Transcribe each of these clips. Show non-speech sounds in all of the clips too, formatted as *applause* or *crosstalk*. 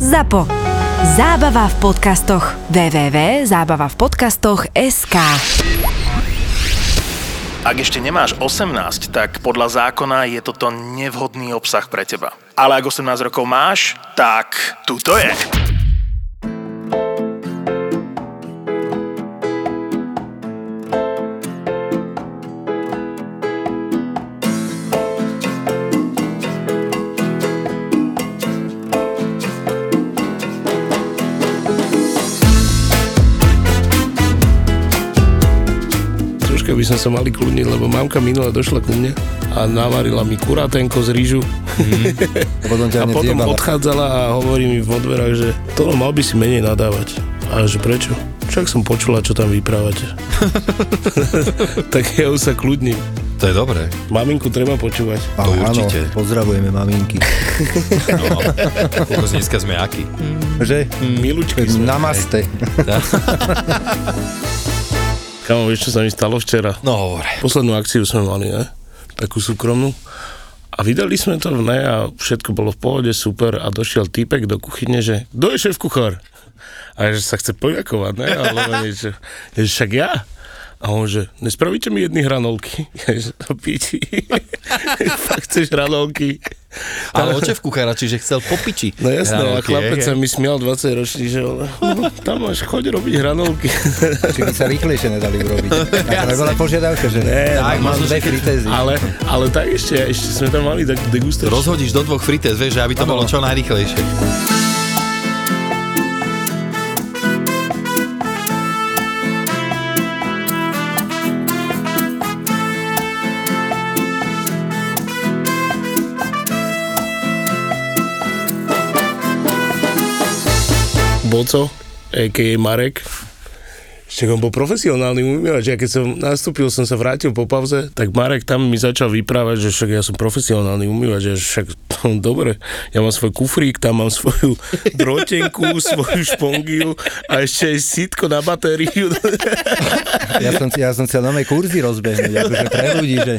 ZAPO. Zábava v podcastoch. www.zábavavpodcastoch.sk Ak ešte nemáš 18, tak podľa zákona je toto nevhodný obsah pre teba. Ale ak 18 rokov máš, tak tu to je. Troška by sme sa mali kľudniť, lebo mamka minule došla ku mne a navarila mi kuratenko z rýžu Potom ťa a hneď potom jebala. odchádzala a hovorí mi v odverách, že to mal by si menej nadávať. A že prečo? Však som počula, čo tam vyprávate. *laughs* tak ja už sa kľudním. To je dobré. Maminku treba počúvať. Á, určite. Áno, pozdravujeme maminky. No. Kokos, dneska sme aký. Že? Milučky sme. Namaste. Kamo, vieš, čo sa mi stalo včera? No hovor. Poslednú akciu sme mali, ne? Takú súkromnú. A vydali sme to, ne, a všetko bolo v pohode, super. A došiel týpek do kuchyne, že kto je šéf kuchár? A že sa chce poďakovať, ne? Alebo niečo. Ja, *laughs* že však ja. A on že, nespravíte mi jedny hranolky? *laughs* Ja, že to piči. *laughs* Fakt chceš hranolky? Ale oče v kuchára, čiže chcel popiči. No jasné, a Hranolky, chlapec je, sa je. mi smial 20 ročný, že on, no, *laughs* tam máš, choď robiť hranolky. *laughs* Či by sa rýchlejšie nedali *laughs* urobiť. Tak to bola požiadavka, že ne, tak, mám no, možno, dve že keď- fritézy. ale, ale tak ešte, ešte sme tam mali takú degustačnú. Rozhodíš do dvoch frites, vieš, že aby to bolo čo najrychlejšie. Boco, a.k.a. Marek. Však on bol profesionálny umývač. Ja keď som nastúpil, som sa vrátil po pauze, tak Marek tam mi začal vyprávať, že však ja som profesionálny umývač. Ja že však, *laughs* dobre, ja mám svoj kufrík, tam mám *laughs* svoju drotenku, svoju špongiu a ešte aj sitko na *laughs* batériu. Ja som, ja som chcel nové kurzy rozbehnúť, akože pre ľudí, že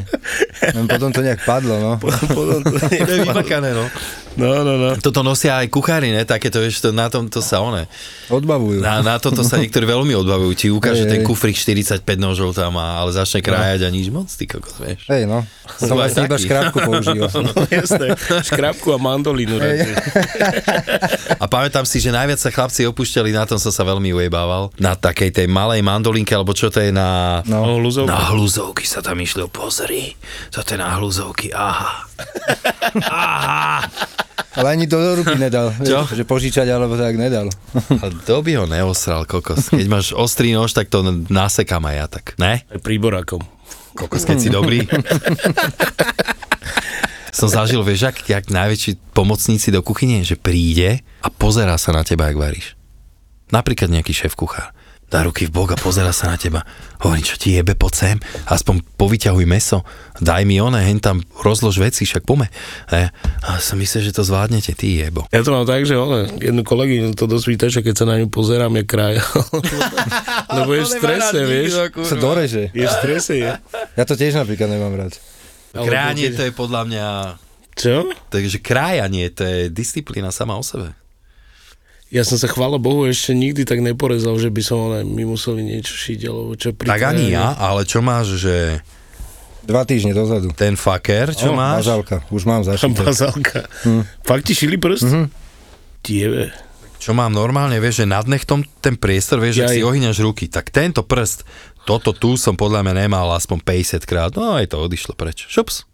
no, potom to nejak padlo, no. Potom to To je nie- vymakané, no. no, no, no. Toto nosia aj kuchári, ne? Takéto, vieš, to, na tomto sa one. Odbavujú. Na, na toto sa niektorí veľmi odbavujú. Ti ukáže Hej, ten hej. kufrík 45 nožov tam, a, ale začne krájať a nič moc, ty kokos, vieš. Hej, no. Som Sú aj vlastne iba takí. škrábku *laughs* použil. No jasné, škrabku a mandolínu. radšej. A pamätám si, že najviac sa chlapci opúšťali, na tom som sa veľmi ujebával. Na takej tej malej mandolinke, alebo čo to je na... No, No. luzovku. Na hluzovky sa tam išli, pozri, toto je na hluzovky, aha. Ale ani do ruky nedal. Čo? Vieš, že požičať alebo tak nedal. *laughs* A kto by ho neosral, kokos? Keď máš ostrý nož, tak to nasekám aj ja, tak ne? Aj príborákom. Kokos, keď si dobrý. *laughs* Som zažil, vieš, ak, jak najväčší pomocníci do kuchyne, že príde a pozerá sa na teba, ak varíš. Napríklad nejaký šéf kuchár. Dá ruky v bok a pozerá sa na teba. Hovorí, čo ti jebe, poď sem, aspoň povyťahuj meso, daj mi one, hen tam rozlož veci, však pome. A, ja, a som myslel, že to zvládnete, ty jebo. Ja to mám tak, že ole, jednu kolegyňu to dosť vytača, keď sa na ňu pozerám, je kraj. Lebo je v strese, vieš. Sa doreže. Je v strese, je. Ja to tiež napríklad nemám rád. Kránie to je podľa mňa... Čo? Takže krájanie, to je disciplína sama o sebe. Ja som sa, chvála Bohu, ešte nikdy tak neporezal, že by som ale my museli niečo šiť, alebo čo pri Tak ani ja, ale čo máš, že Dva týždne dozadu. ten faker, čo O, máš? Bazálka, už mám zašité. Bazálka. Mhm. Fakt ti šili prst? Tieve. Čo mám normálne, vieš, že nad nechtom ten priestor, Jaj. vieš, že si ohýňaš ruky, tak tento prst, toto tu som podľa mňa nemal aspoň 50 krát, no aj to odišlo preč. Šups.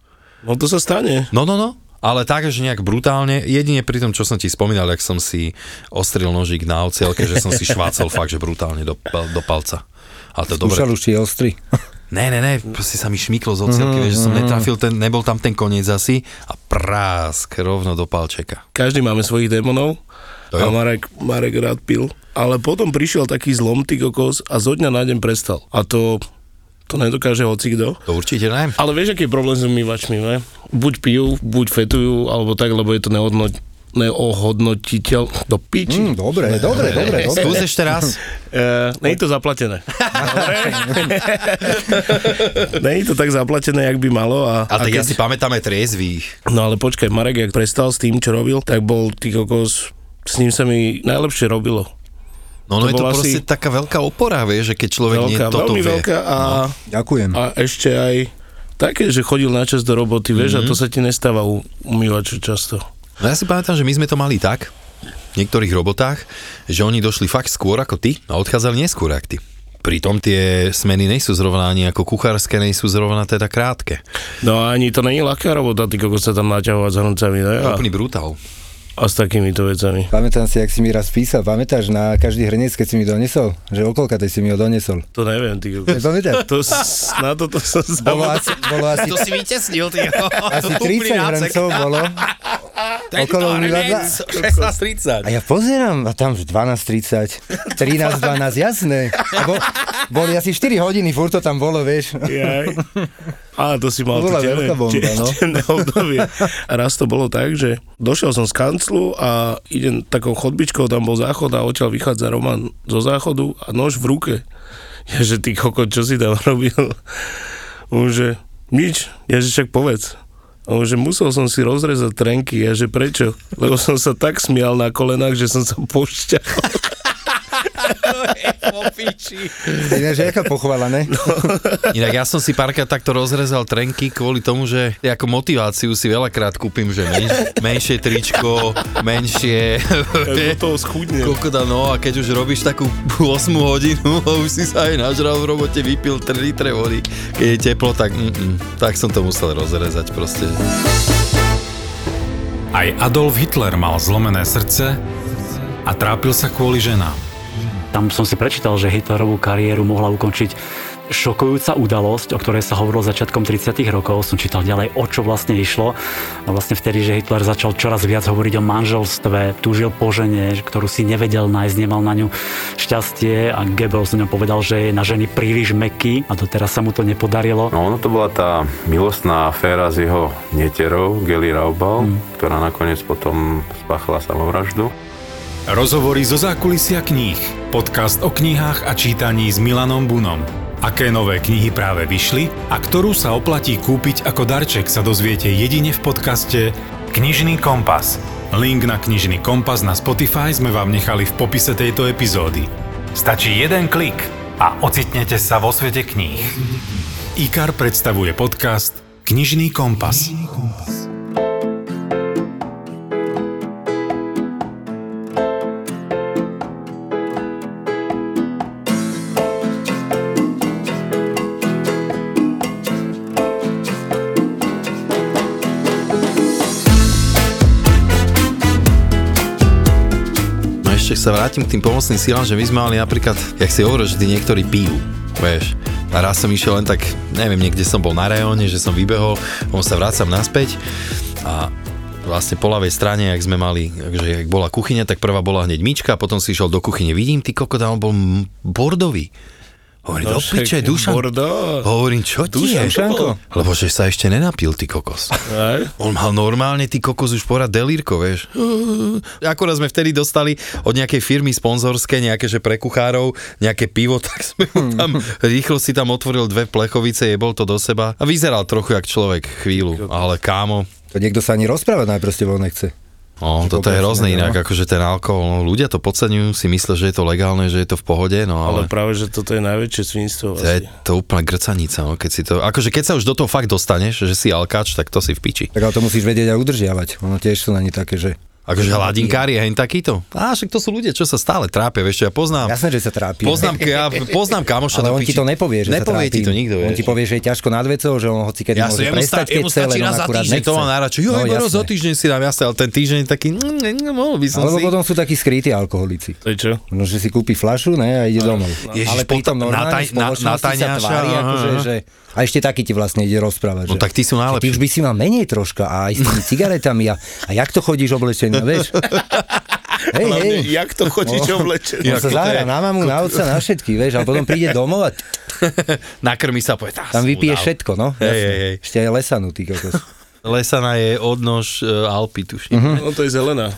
No to sa stane. No, no, no. Ale tak, že nejak brutálne, jedine pri tom, čo som ti spomínal, ak som si ostril nožík na ocielke, že *laughs* som si švácal fakt, že brutálne do, pal- do palca. Ale to *laughs* dobre. Skúšal už či je ostrý. Ne, ne, ne, proste sa mi šmyklo z Mhm, ocielky, mm, vieš, že som netrafil ten, nebol tam ten koniec asi a prásk rovno do palčeka. Každý máme svojich démonov. To jo. A Marek, Marek rád pil. Ale potom prišiel taký zlom, ty kokos, a zo dňa na deň prestal. A to, to nedokáže hocikdo. To určite ne. Ale vieš, aký je problém s umývačmi, ne? Buď pijú, buď fetujú, alebo tak, lebo je to neodno, neohodnotiteľ do piči. Mm, Mm. dobre, dobre, dobre, *laughs* dobre. Skús ešte *laughs* raz. E, Není to *laughs* zaplatené. Není to tak zaplatené, jak by malo. A, A tak ja keď- si pamätám aj triezvých. No ale počkaj, Marek, jak prestal s tým, čo robil, tak bol ty kokos s ním sa mi najlepšie robilo. No, To no je to bola proste asi- taká veľká opora, vieš, že keď človek nie Veľká, veľmi toto vie. No. veľká a, Ďakujem. a ešte aj také, že chodil načas do roboty, vieš, mm-hmm. a to sa ti nestáva u umývaču často. No ja si pamätám, že my sme to mali tak, v niektorých robotách, že oni došli fakt skôr ako ty a odchádzali neskôr ako ty. Pritom tie smeny nejsú zrovna ani ako kuchárske, nejsú zrovna teda krátke. No a ani to není ľahká robota, ty kokos sa tam naťahovať s hrncami, ne? A, Úplný brutál. a s takýmito vecami. Pamätám si, jak si mi raz písal, pamätáš na každý hrniec, keď si mi donesol? Že okolka tej si mi ho donesol. To neviem, ty kokos. *laughs* Pamätáš? To, s- na toto som Bolo zabudol. asi, bolo asi, si vytesnil, *laughs* ty. *laughs* asi 30 hrncov bolo. okolo umývadla. 16.30. A ja pozerám, a tam už 12.30, 13.12, jasné. A bol, boli asi 4 hodiny, furt to tam bolo, vieš. Jaj. A to si mal To bola to temné- veľká bomba, te- no. temné obdobie. A raz to bolo tak, že došiel som z kanclu a idem takou chodbičkou, tam bol záchod a odtiaľ vychádza Roman zo záchodu a nož v ruke. Ja, že ty koko, čo si tam robil? On že, nič, ja, že však povedz. A on že musel som si rozrezať trenky, ja, že prečo? Lebo som sa tak smial na kolenách, že som sa pošťal. Ináč, aká pochvala, ne? Inak ja som si párkrát takto rozrezal trenky kvôli tomu, že ako motiváciu si veľakrát kúpim, že menš, menšie tričko, menšie... Ja do toho schudnem. Kokoda, no a keď už robíš takú 8 hodinu *laughs* a už si sa aj nažral v robote, vypil 3 litre vody, keď je teplo, tak mm-mm, tak som to musel rozrezať proste. Aj Adolf Hitler mal zlomené srdce a trápil sa kvôli ženám. Tam som si prečítal, že Hitlerovú kariéru mohla ukončiť šokujúca udalosť, o ktorej sa hovorilo začiatkom 30. rokov. Som čítal ďalej, o čo vlastne išlo. A vlastne vtedy, že Hitler začal čoraz viac hovoriť o manželstve, túžil po žene, ktorú si nevedel nájsť, nemal na ňu šťastie a Goebbels o ňom povedal, že je na ženy príliš meký a doteraz sa mu to nepodarilo. No ono to bola tá milostná aféra s jeho neterou, Geli Raubal, ktorá nakoniec potom spáchala samovraždu. Rozhovory zo zákulisia kníh. Podcast o knihách a čítaní s Milanom Bunom. Aké nové knihy práve vyšli a ktorú sa oplatí kúpiť ako darček sa dozviete jedine v podcaste Knižný kompas. Link na Knižný kompas na Spotify sme vám nechali v popise tejto epizódy. Stačí jeden klik a ocitnete sa vo svete kníh. IKAR predstavuje podcast Knižný kompas. No ešte sa vrátim k tým pomocným silám, že my sme mali napríklad, jak si hovoril, že tí niektorí pijú, vieš. A raz som išiel len tak, neviem, niekde som bol na reóne, že som vybehol, on sa vrácam naspäť a vlastne po ľavej strane, ak sme mali, že ak bola kuchyňa, tak prvá bola hneď myčka, potom si išiel do kuchyne, vidím, ty kokot, a on bol m- bordový. Hovorím, no, do piče, Oh. Dušan. Bordo. Hovorím, čo ti je? Dušanko. Lebo že sa ešte nenapil, ty kokos. Aj. On mal normálne ty kokos už porad delírko, vieš. *laughs* Akorát sme vtedy dostali od nejakej firmy sponzorské, nejaké že pre kuchárov, nejaké pivo, *laughs* tak sme mu tam, rýchlo si tam otvoril dve plechovice, jebol to do seba a vyzeral trochu jak človek chvíľu, ale kámo, To niekto sa ani rozprávať najprv s tebou nechce. No, Či toto je kokos, neviem, hrozné inak, no. akože ten alkohol, no, ľudia to podceňujú, si myslia, že je to legálne, že je to v pohode, no Ale ale... práve, že toto je najväčšie svinstvo. To je Vlastne. to úplná grcanica, no, keď si to... Akože keď sa už do toho fakt dostaneš, že si alkáč, tak to si v piči. Tak ale to musíš vedieť aj udržiavať. Ono tiež sú na ni také, že... Akože hladinkári je hen takýto. Á, však to sú ľudia, čo sa stále trápia, vieš čo, ja poznám. Jasné, že sa trápi. Poznám, ja poznám kamoša Ale do on ti piči. to nepovie, že sa trápi. Nepovie ti to nikto, On vieš. ti povie, že je ťažko nad vecou, že on hoci kedy Ja môže som, jemu, prestať, sta, jemu keď celé, stačí no raz za akurát týždeň, nechce. to mám najradšej. Jo, no, raz jasné. za týždeň si dám, jasne, ale ten týždeň taký, mm, ne, ne, mohol by som Alebo si... potom sú takí skrytí alkoholici. To je čo? No, že si kúpi flašu, ne, a ide domov. No, Ježiš, ale pritom potom normálne nataj- v spoločnosti na- sa natajňáša, tvári, aha, akože, aha. že... A ešte taký ti vlastne ide rozprávať, No že- tak tí že sú Ty už najlepší. by si mal menej troška a aj s *laughs* tými cigaretami a, a jak to chodíš oblečený, no vieš? Hej, hej. Hlavne, jak to chodíš No. oblečený? On sa Ako to zahrá je- na mamu, na otca, na všetky, vieš, a potom príde domov a t- Nakrmi sa, povie, tá, tam som vypije udal. všetko, no. Hej, jasné. hej, hej. Ešte aj lesanu, ty kokos. Lesana je odnož e, Alpy, Mhm. tuším. No to je zelená.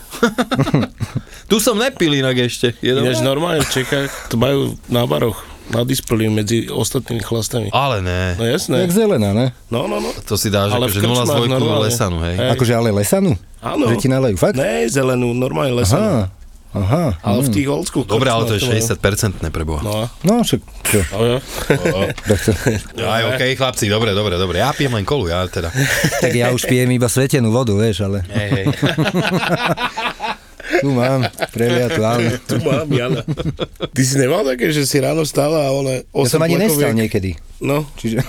Tu som nepil inak ešte. Je dobré? Ináč no- normálne v Čechách to majú na baroch, na displeji medzi ostatnými chlastami. Ale ne, No jasné. Jak zelená, ne? No, no, no. to si dáš Ale v akože 0 krčmách dvojku normálne. Lesanu, hej. Hej. Akože ale lesanu? No. Áno. Že ti nalejú, fakt? Ne, zelenú, normálne lesenú. Aha, Mhm. aha. Ale v tých old school Dobre, ale to je korčmách 60-percentné pre Boha. No, No, však čo? no, no. Tak, to, Aj, okej, chlapci, dobre, dobre, dobre. Ja pijem len kolu, ja teda. tak ja už pijem iba svetenú vodu, vieš, ale Hej, hej. tu mám preliatu, ale... Tu mám, Jana. Ty si nemal také, že si ráno stala a ona... Ja som osem ani nestal plechoviek- niekedy. No. Čiže...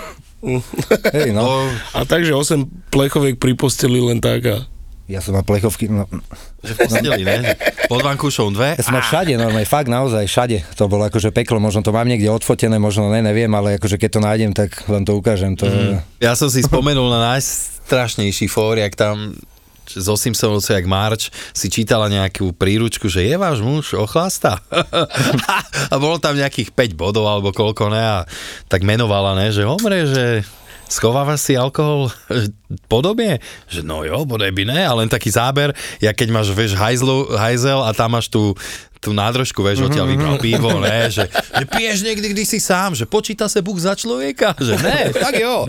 Hej, no. No, *laughs* A takže 8 plechoviek pri posteli len tak a... Ja som mal plechovky, no. že v posteli, ne? Pod vankušou dve. Ja som mal všade, no, normálne, fakt naozaj, všade. To bolo akože peklo, možno to mám niekde odfotené, možno ne, neviem, ale akože keď to nájdem, tak vám to ukážem. To je... Ja som *laughs* si spomenul na najstrašnejší fór, jak tam č- zo Simpsonovcov, jak Marč, si čítala nejakú príručku, že je váš muž ochlasta. *laughs* a bolo tam nejakých 5 bodov, alebo koľko ne, a tak menovala, ne, že homre, že schovávaš si alkohol eh, podobne? Že no jo, bodaj by ne, ale len taký záber, ja keď máš, vieš, hajzlu, hajzel a tam máš tú, tú nádrožku, vieš, odtiaľ vybral pivo, ne, že, že piješ niekdy, když si sám, že počíta sa Búh za človeka, že ne, tak jo.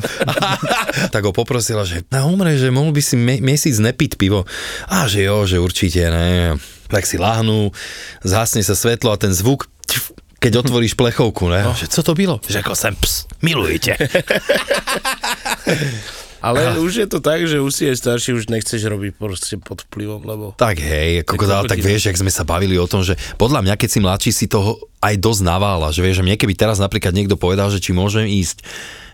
*laughs* tak ho poprosila, že na umre, že mohol by si me- mesiac nepiť pivo. A že jo, že určite, ne. Tak si lahnú, zhasne sa svetlo a ten zvuk, tf, keď otvoríš plechovku, ne? Že co to bylo? Že ako sem, ps, *laughs* milujete. Ale už je to tak, že už si aj starší, už nechceš robiť proste pod vplyvom, lebo... Tak hej, Je ako to ale tak hodina. vieš, jak sme sa bavili o tom, že podľa mňa, keď si mladší, si toho aj dosť naválaš. Vieš, že mne keby teraz napríklad niekto povedal, že či môžem ísť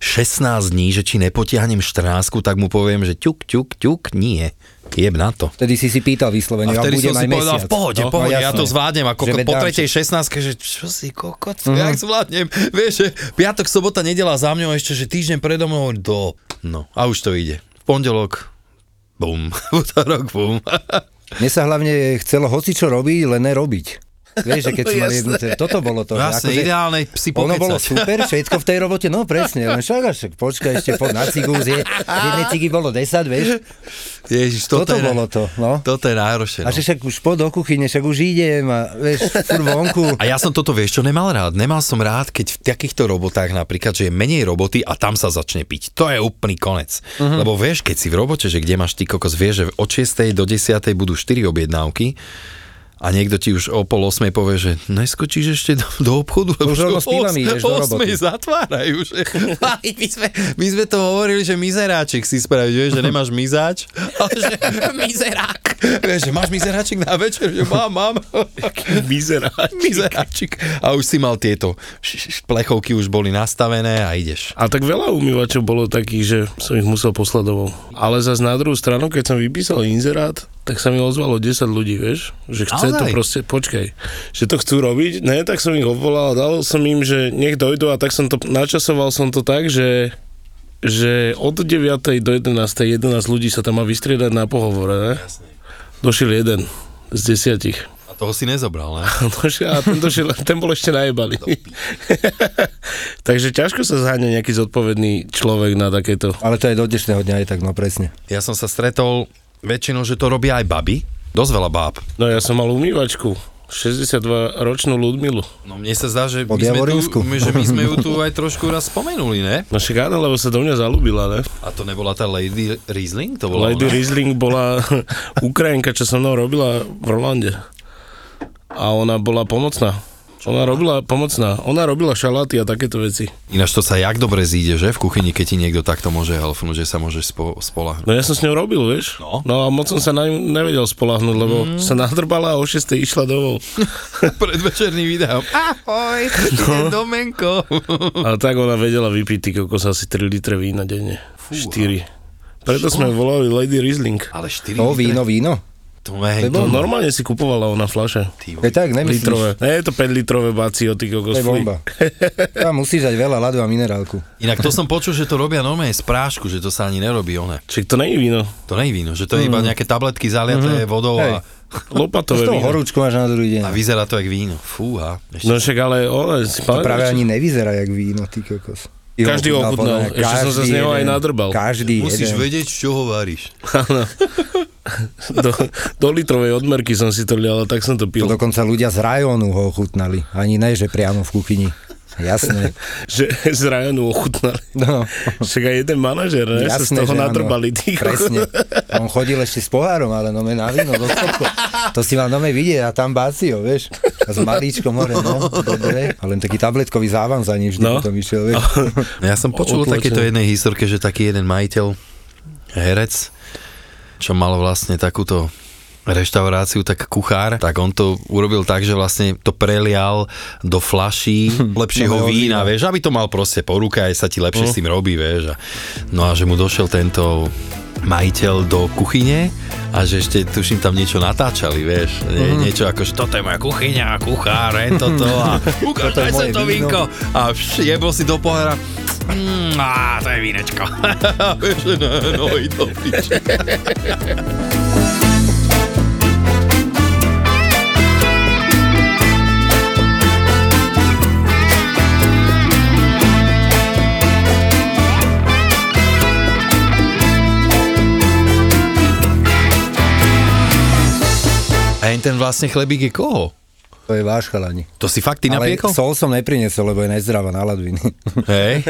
16 dní, že či nepotiahnem 14, tak mu poviem, že ťuk, ťuk, ťuk, nie. Jeb na to. Vtedy si si pýtal vyslovene, a, A vtedy budem som si aj povedal, mesiac. v pohode, v No, pohode, ja jasné. to zvládnem, ako Že ko- veď po dám, tretej 16 že čo si kokot, jak zvládnem, vieš, že piatok, sobota, nedela za mňou, ešte, že týždeň predo mnou, do, no, a už to ide. V pondelok, bum, *laughs* v útorok, bum. že- Mne sa hlavne chcelo hocičo robiť, len nerobiť. Vieš, že keď som mal Jasné. jednu, toto bolo to. že No jasne, akože- ideálne si Ono bolo pokecať. super, všetko v tej robote, no presne, len však až počkaj ešte po, na cigu už je, jednej cigy bolo 10, vieš, Ježiš, toto, toto je, bolo to, no. Toto je najhoršie. A No. že však už po do kuchyne, však už idem a vieš, fur vonku. A ja som toto, vieš čo, nemal rád. Nemal som rád, keď v takýchto robotách napríklad, že je menej roboty a tam sa začne piť. To je úplný konec. Mhm. Uh-huh. Lebo vieš, keď si v robote, že kde máš ty kokos, vieš, že od 6. do 10. budú 4 objednávky a niekto ti už o pol 8. povie, že neskočíš ešte do, do obchodu, lebo Už rovno s pivami ideš do o 8 roboty. zatvárajú. Že, *laughs* Aj my, sme, my sme to hovorili, že mizeráček si spravíš, vieš, že nemáš mizáč, ale *laughs* že mizerák. Vieš, že máš mizeráček na večer, že mám, mám. Vyzeráš. Mizeráčik. A už si mal tieto š- š- plechovky, už boli nastavené a ideš. A tak veľa umývačov bolo takých, že som ich musel poslať domov. Ale zase na druhú stranu, keď som vypísal inzerát, tak sa mi ozvalo 10 ľudí, vieš, že chce to Naozaj? proste, počkaj, že to chcú robiť, ne, tak som ich obvolal, dal som im, že nech dojdu a tak som to, načasoval som to tak, že že od 9. do 11. 11 ľudí sa tam má vystriedať na pohovore, ne? Došiel jeden z desiatich. A toho si nezobral, *laughs* ne? Došiel, No, a ten, došiel, *laughs* ten bol ešte najebaný. *laughs* Takže ťažko sa zháňa nejaký zodpovedný človek na takéto. Ale to je do dnešného dňa aj tak, no presne. Ja som sa stretol väčšinou, že to robia aj baby. Dosť veľa báb. No ja som mal umývačku, 62-ročnú Ludmilu. No mne sa zdá, že Od my, sme Javorinsku. tu, my, že my sme ju tu aj trošku raz spomenuli, ne? No však áno, lebo sa do mňa zalúbila, ne? A to nebola tá Lady Riesling? To bola Lady ona? Riesling bola Ukrajinka, čo so mnou robila v Rolande. A ona bola pomocná. Ona robila pomocná. Ona robila šaláty a takéto veci. Ináč to sa jak dobre zíde, že? V kuchyni, keď ti niekto takto môže helfnúť, že sa môžeš spo, No spolahnúť. ja som s ňou robil, vieš? No. no a moc som sa na ňu nevedel spolahnuť, lebo mm. sa nadrbala a o 6 išla domov. *laughs* Predvečerný video. *laughs* Ahoj, no. Domenko. A tak ona vedela vypiť ty kokos asi 3 litre vína denne. 4. Preto sme ju volali Lady Riesling. Ale 4 To víno, víno. To je To normálne si kupovala ona flaše. Je tak, nemyslíš? Litrové. Ne, je to 5 litrové bacio, ty kokos. To je fuj. bomba. Tam musíš dať veľa ľadu a minerálku. Inak to som počul, že to robia normálne z prášku, že to sa ani nerobí one. Čiže to není víno. To nie je víno, že to je iba nejaké tabletky zaliaté vodou a, To Lopatové z toho víno. horúčku máš na druhý deň. a vyzerá to jak víno. Fúha. No Ešte. však ale ona si To práve pamätáš? ani nevyzerá jak víno, ty kokos. Ty ho Každý ho ochutnal, podľa mňa, ešte som sa každý z neho aj jeden. nadrbal. Každý Musíš jeden. vedieť, čo ho varíš. Do, do litrovej odmerky som si to lial, a tak som to To pil. dokonca ľudia z rajónu ho ochutnali. Ani ne, že priamo v kuchyni. Jasné. že z Ryanu ochutnali. No. Však aj jeden manažer, *laughs* ne? sa z Jasné, toho že áno. nadrbali. Ty. Presne. A On chodil ešte s pohárom, ale nome na víno, do stopko. To si mal nome vidieť a tam bácio, vieš. A s malíčkom hore, no. Dobre. A len taký tabletkový závan za ním vždy No. no. potom išiel, *laughs* vieš. No Ja som počul o Otlačené. takéto jednej historke, že taký jeden majiteľ, herec, čo mal vlastne takúto reštauráciu, tak kuchár, tak on to urobil tak, že vlastne to prelial do flaší *laughs* Nového lepšieho vína, vieš, aby to mal proste po ruke, aj sa ti lepšie s tým robí, vieš. A, no a že mu došiel tento majiteľ do kuchyne a že ešte, tuším, tam niečo natáčali, vieš, Mhm. nie, niečo ako, že toto je moja kuchyňa, kuchár, je toto a *laughs* ukáž, Toto je daj sa moje to víno. vínko a vš- jebol si do pohára, Mm, á, to je vínečko. *laughs* Vieš, no, no, i to piče. A jen ten vlastne chlebík je koho? To je váš chalani. To si fakt ty Ale napiekol? sol som neprinesol, lebo je nezdravá na ladviny. Hej.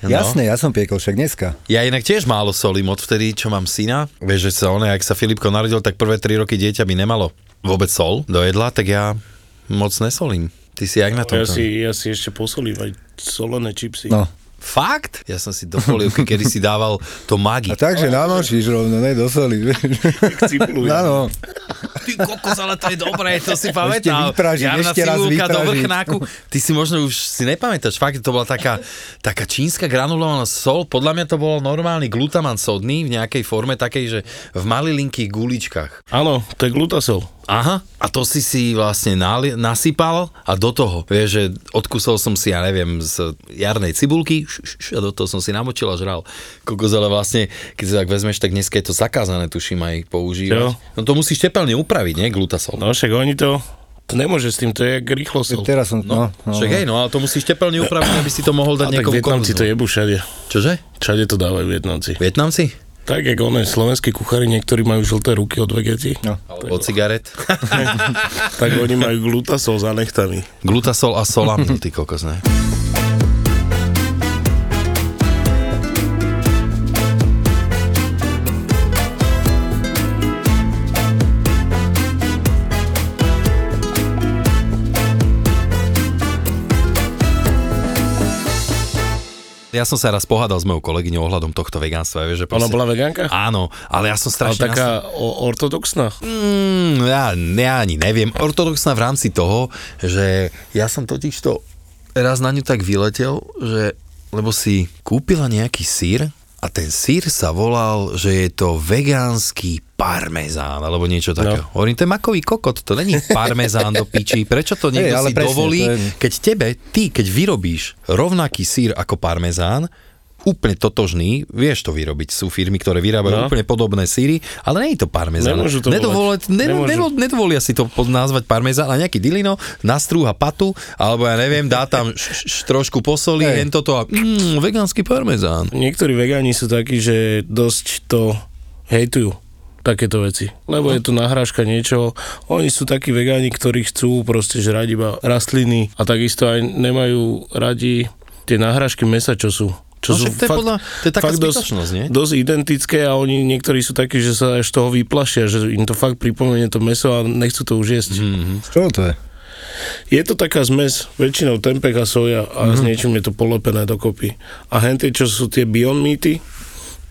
No. Jasné, ja som piekol však dneska. Ja inak tiež málo solím od vtedy, čo mám syna. Vieš, že sa ono, ak sa Filipko narodil, tak prvé 3 roky dieťa by nemalo vôbec sol do jedla, tak ja moc nesolím. Ty si jak na tom? Ja si, ja si ešte posolím aj solené čipsy. No. Fakt? Ja som si do polievky, kedy si dával to magi. A takže namočíš rovno, ne, do soli. vieš. Cibulu, ja. Áno, Ty kokos, ale to je dobré, to si Ešte pamätám. vypražiť, Jarná ešte raz cibulka do vypražiť. vrchnáku. Ty si možno už si nepamätáš, fakt to bola taká, taká čínska granulovaná sol, podľa mňa to bolo normálny glutaman sodný v nejakej forme takej, že v malilinkých guličkách. Áno, to je glutasol. Aha, a to si si vlastne nali- nasypal a do toho, vieš, že odkusol som si, ja neviem, z jarnej cibulky š, š, š, a do toho som si namočil a žral. Kokos, ale vlastne, keď si tak vezmeš, tak dneska je to zakázané, tuším, aj používať. Jo. No to musíš tepelne upraviť, nie, glutasol. No však oni to, to nemôže s tým, to je jak rýchlo sol. teraz som... No, no, Však hej, no ale to musíš tepelne upraviť, aby si to mohol A dať tak niekomu Vietnamci to konzu. jebú všade. Čože? Všade to dávajú Vietnamci. Vietnamci? Tak, jak one slovenskí kuchári, niektorí majú žlté ruky od vegety, no. Od cigaret? tak oni majú glutasol za nechtami. *laughs* Glutasol a solam, no *laughs* ty kokos, ne? Ja som sa raz pohádal s mojou kolegyňou ohľadom tohto vegánstva, vieš, že Ona bola veganka? Áno, ale ja som Ale strašne... nasra- taká o, ortodoxná. Mm, ja, ja ani neviem. Ortodoxná v rámci toho, že ja som totiž to raz na ňu tak vyletel, že lebo si kúpila nejaký sír a ten sír sa volal, že je to vegánsky parmezán, alebo niečo takého. No. Hovorím, to je makový kokot, to není parmezán do piči. Prečo to *laughs* niekto Hej, ale si presne, dovolí, to je- keď tebe, ty, keď vyrobíš rovnaký sír ako parmezán, úplne totožný, vieš to vyrobiť. Sú firmy, ktoré vyrábajú No. úplne podobné síry, ale nie je to parmezán. Nemôžu to Nedovol- volať. ne- Nemôžu. ne- nedovolia si to pod- nazvať parmezán, ale nejaký dilino nastrúha patu, alebo ja neviem, dá tam š- š- trošku posoli, Hej. len toto a mm, vegánsky parmezán. Niektorí vegáni sú takí, že dosť to hejtujú takéto veci. Lebo je to nahrážka niečoho. Oni sú takí vegáni, ktorí chcú proste žrať iba rastliny a takisto aj nemajú radi tie nahrážky mesa, čo sú. Čo No sú však to je podľa- to je taká fakt zbytočnosť, nie? dosť identické a oni niektorí sú takí, že sa až toho vyplašia, že im to fakt pripomenie to meso a nechcú to už jesť. Mm. čo to je? Je to taká zmes, väčšinou tempeh a soja a Mhm. mm-hmm. s niečím je to polepené dokopy. A hentie, čo sú tie Beyond Meaty,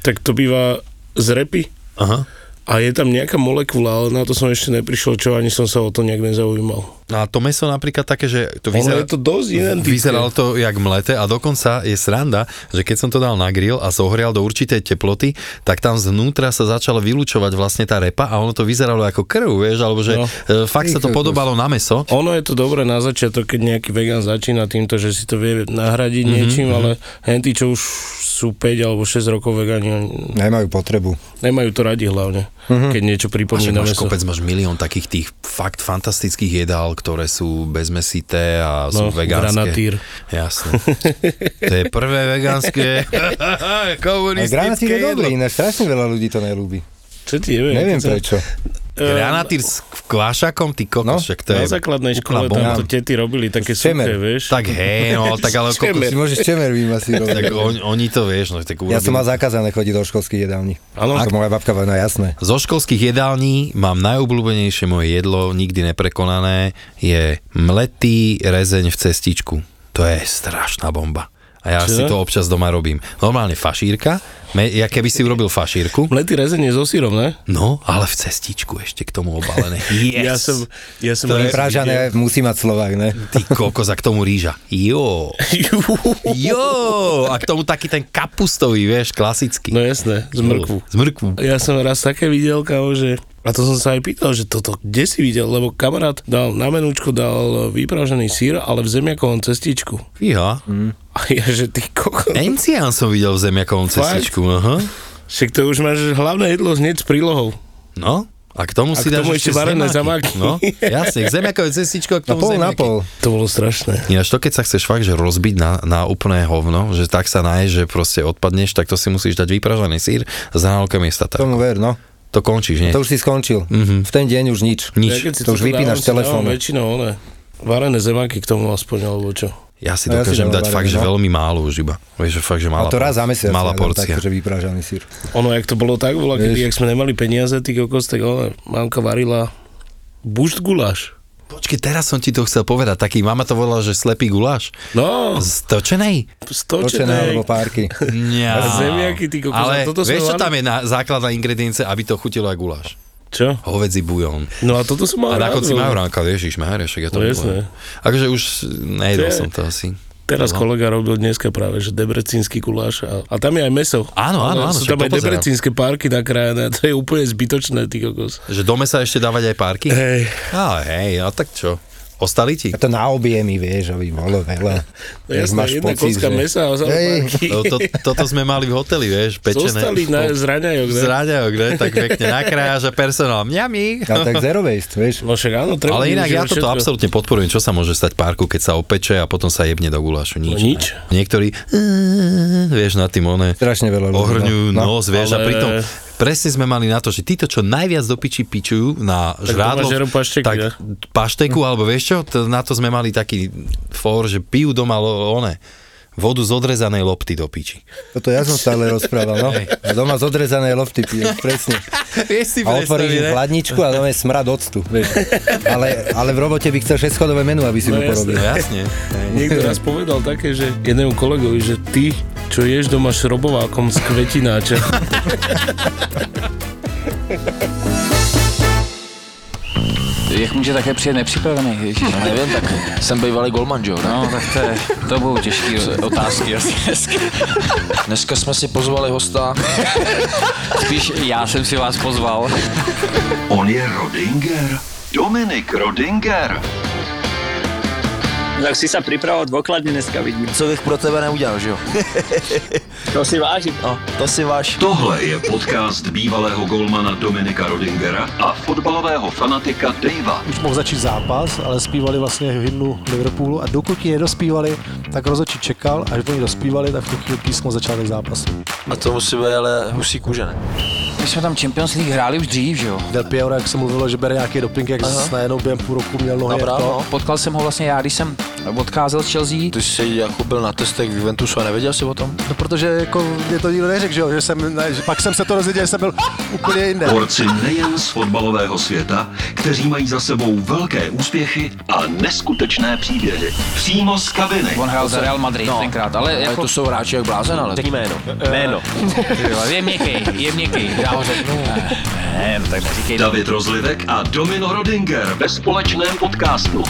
tak to býva z repy Aha. a je tam nejaká molekula, ale na to som ešte neprišiel, čo ani som sa o to nejak nezaujímal. No a to meso napríklad také, že to Vyzerá... Ono vyzerá... je to dosť identické. Vyzeralo to jak mlete a dokonca je sranda, že keď som to dal na grill a zohrial do určitej teploty, tak tam znútra sa začala vylúčovať vlastne tá repa a ono to vyzeralo ako krv, vieš, alebo že no. No. fakt sa Ty to kokos. podobalo na meso. Ono je to dobré na začiatok, keď nejaký vegan začína týmto, že si to vie nahradiť Mhm, mm-hmm. niečím, ale henty, čo už sú 5 alebo 6 rokov vegani, oni Nemajú potrebu. nemajú to radi hlavne, mm-hmm. keď niečo A Mhm. však pripomína máš meso. kopec, máš milión takých tých fakt fantastických jedál, ktoré sú bezmesité a No, sú vegánske. granatír. Jasne. to je prvé *laughs* vegánske A granatír komunistické je dobrý, jedlo. ináč strašne veľa ľudí to nelúbi. Čo ti neviem? Neviem keď sa- prečo. Ehm, Granatír s kvášakom, ty No, kokos, však to Na je... základnej škole úplná tam bomba. to tety robili také Šemer. suché, vieš. Tak hej, no, tak ale kokos, Čemer. Si môžeš čemer vymasírovať. tak on, oni to vieš, no tak Ja som mal urobím. zakázané chodiť do školských jedální. Áno. Ako moja babka, no jasné. Zo školských jedální mám najobľúbenejšie moje jedlo, nikdy neprekonané, je mletý rezeň v cestičku. To je strašná bomba. A ja Čo? si to občas doma robím. Normálne fašírka, me, ja keby si urobil fašírku, Mletý rezenie so sírom, ne? no, ale v cestičku ešte k tomu *laughs* obalené. Yes. Ja som, ja som To je raz Pražané musí mať Slovák, ne? Ty kokos, a k tomu ríža. Jo. *laughs* videl- Jo, a k tomu taký ten kapustový, vieš, klasický. No jasné, z mrkvu. Z mrkvu. Ja som raz také videl, kámo, že... A to som sa aj pýtal, že toto kde si videl, lebo kamarát dal na menúčko dal vypražený sír, ale v zemiakovom cestičku. Fíha. A ja, že ty koko... Encián som videl v zemiakovom Fakt? cestičku. Aha. Však to už máš hlavné jedlo hneď s prílohou. No, a k tomu A si k tomu dáš ešte varené No, zemáky. zemáky. No, jasne, k zemiakové cestičko a k Na tomu pol, na zemiaky. pol. To bolo strašné. Ináč to, keď sa chceš fakt, že rozbiť na, na úplné hovno, že tak sa náješ, že proste odpadneš, tak to si musíš dať vypražaný sír a za náloka miesta tak. Tomu ver, no. To končíš, nie? To už si skončil. Mhm. V ten deň už nič. Nič. keď si To už toto dávam, vypínaš si dávam telefónu. Väčšinou, ne. Varené zemáky k tomu aspoň, alebo čo. Ja si No, ja si dokážem dávam dať fakt, varené, že no. veľmi málo už iba. Vieš, že fakt, že A malá, to raz za mesiac. malá no, ja dám porcia. Tak, že vypražaný sír. Ono, jak to bolo tak, bola, kedy, Vieš. jak sme nemali peniaze, ty kokos, tak ona, mamka varila bušt guláš. Počkej, teraz som ti to chcel povedať. Taký, mama to volala, že slepý guláš. No, Z točenej? stočené. Točené alebo párky. Ňa. *laughs* A zemiaky, ty kokos, a Ale toto sme vieš, čo mali? tam je na, základná ingrediencia, aby to chutilo ako guláš? Čo? Hovedzí bujón. No a toto som mal A na rád, konci veľmi. Mauránka, vieš, Išmária, však ja to No jasné. milujem. Akože už nejedol To je- som to asi. Teraz No. kolega robil dneska práve, že debrecínsky guláš a, a tam je aj meso. Áno, áno, Ale áno, Sú však tam aj to pozerám. debrecínske párky nakrájané, to je úplne zbytočné, ty kokos. Že dome sa ešte dávať aj párky? Hej, Ale hej, a tak čo? Ostali ti? A to na objemy, vieš, aby bolo veľa. no jasné, jedna kocka mesa a zároveň Hej, párky. Lebo to, toto sme mali v hoteli, vieš, pečené. Zostali na po- zraňajok, ne? z raňajok, ne? Tak pekne nakrájaš a personál. Mňami. a tak zero waste, vieš. No však áno, treba Ale inak ja využívať toto všetko. absolútne podporujem. Čo sa môže stať párku, keď sa opeče a potom sa jebne do gulášu? Nič. No nič. Ne? Niektorí, eh, vieš, na tým one Strašne veľa ľudí. ohrňujú no. nos, vieš, a Ale- pritom presne sme mali na to, že títo, čo najviac do piči pičujú na doma žrádlo, žerú pašteky, tak ne? pašteku, alebo vieš čo, to, na to sme mali taký fór, že pijú doma lo, one, vodu z odrezanej lopty do piči. Toto ja som stále rozprával, no. Hej. A doma z odrezanej lofty pijem, presne. vieš si A otvoríš im chladničku a doma je smrad octu, vieš. Ale, ale v robote by chcel 6-schodové menu, aby si No mu No porobil. jasne. Niekto raz povedal také, že jednému kolegovi, že ty, čo ješ doma šrobovákom z kvetináča. Jak může také přijet nepřipravený? Ježiš, nevím, tak jsem bývalý golman, jo? No, tak to, je, to budou těžké *laughs* otázky asi dneska. Dneska jsme si pozvali hosta. Spíš já jsem si vás pozval. On je Rodinger. Dominik Rodinger. Tak si sa pripravoval dôkladne dneska, vidím. Co bych pro tebe neudělal, že jo? To si vážim. No, to si váš. Tohle je podcast bývalého golmana Dominika Rodingera a fotbalového fanatika Davea. Už mohl začít zápas, ale zpívali vlastně hymnu Liverpoolu a dokud ji nedospívali, tak rozhodčí čekal, až do ní dospívali, tak v tu chvíli písmo začátek zápasu. A to musí být ale husí kůže, ne? My jsme tam Champions League hráli už dřív, že jo? Del Piero, jak se mluvilo, že bere nějaký doping, jak Aha. zase najednou během půl roku měl nohy. Dobrá, jak to. no. Potkal jsem ho vlastně já, když jsem odcházel z Chelsea. Ty jsi jako byl na testech v Juventusu a nevěděl jsi o tom? No, protože jako mě to nikdo neřekl, že, jo, že jsem, ne, že pak jsem se to dozvěděl, že jsem byl úplně jinde. Porci nejen z fotbalového světa, kteří mají za sebou velké úspěchy a neskutečné příběhy. Přímo z kabiny. On hrál za Real Madrid é no. tenkrát, ale, ale jako... to jsou hráči jak blázen, ale... Řekni jméno. Jméno. je měkký, je měkký, já ho řeknu. Ne, no tak neříkej. David Rozlivek a Domino Rodinger ve společném podcastu.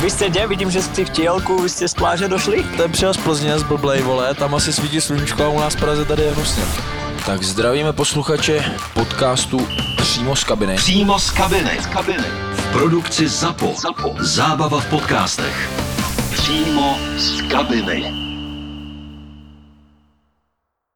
Vy ste kde? Vidím, že ste v tielku, vy ste z pláže došli. Ten přijel z Plzně z blblej, vole, tam asi svítí sluníčko a u nás v Praze tady je hnusně. Tak zdravíme posluchače podcastu přímo z kabiny. Přímo z kabiny. Z kabiny. V produkci ZAPO. ZAPO. Zábava v podcastech. Přímo z kabiny.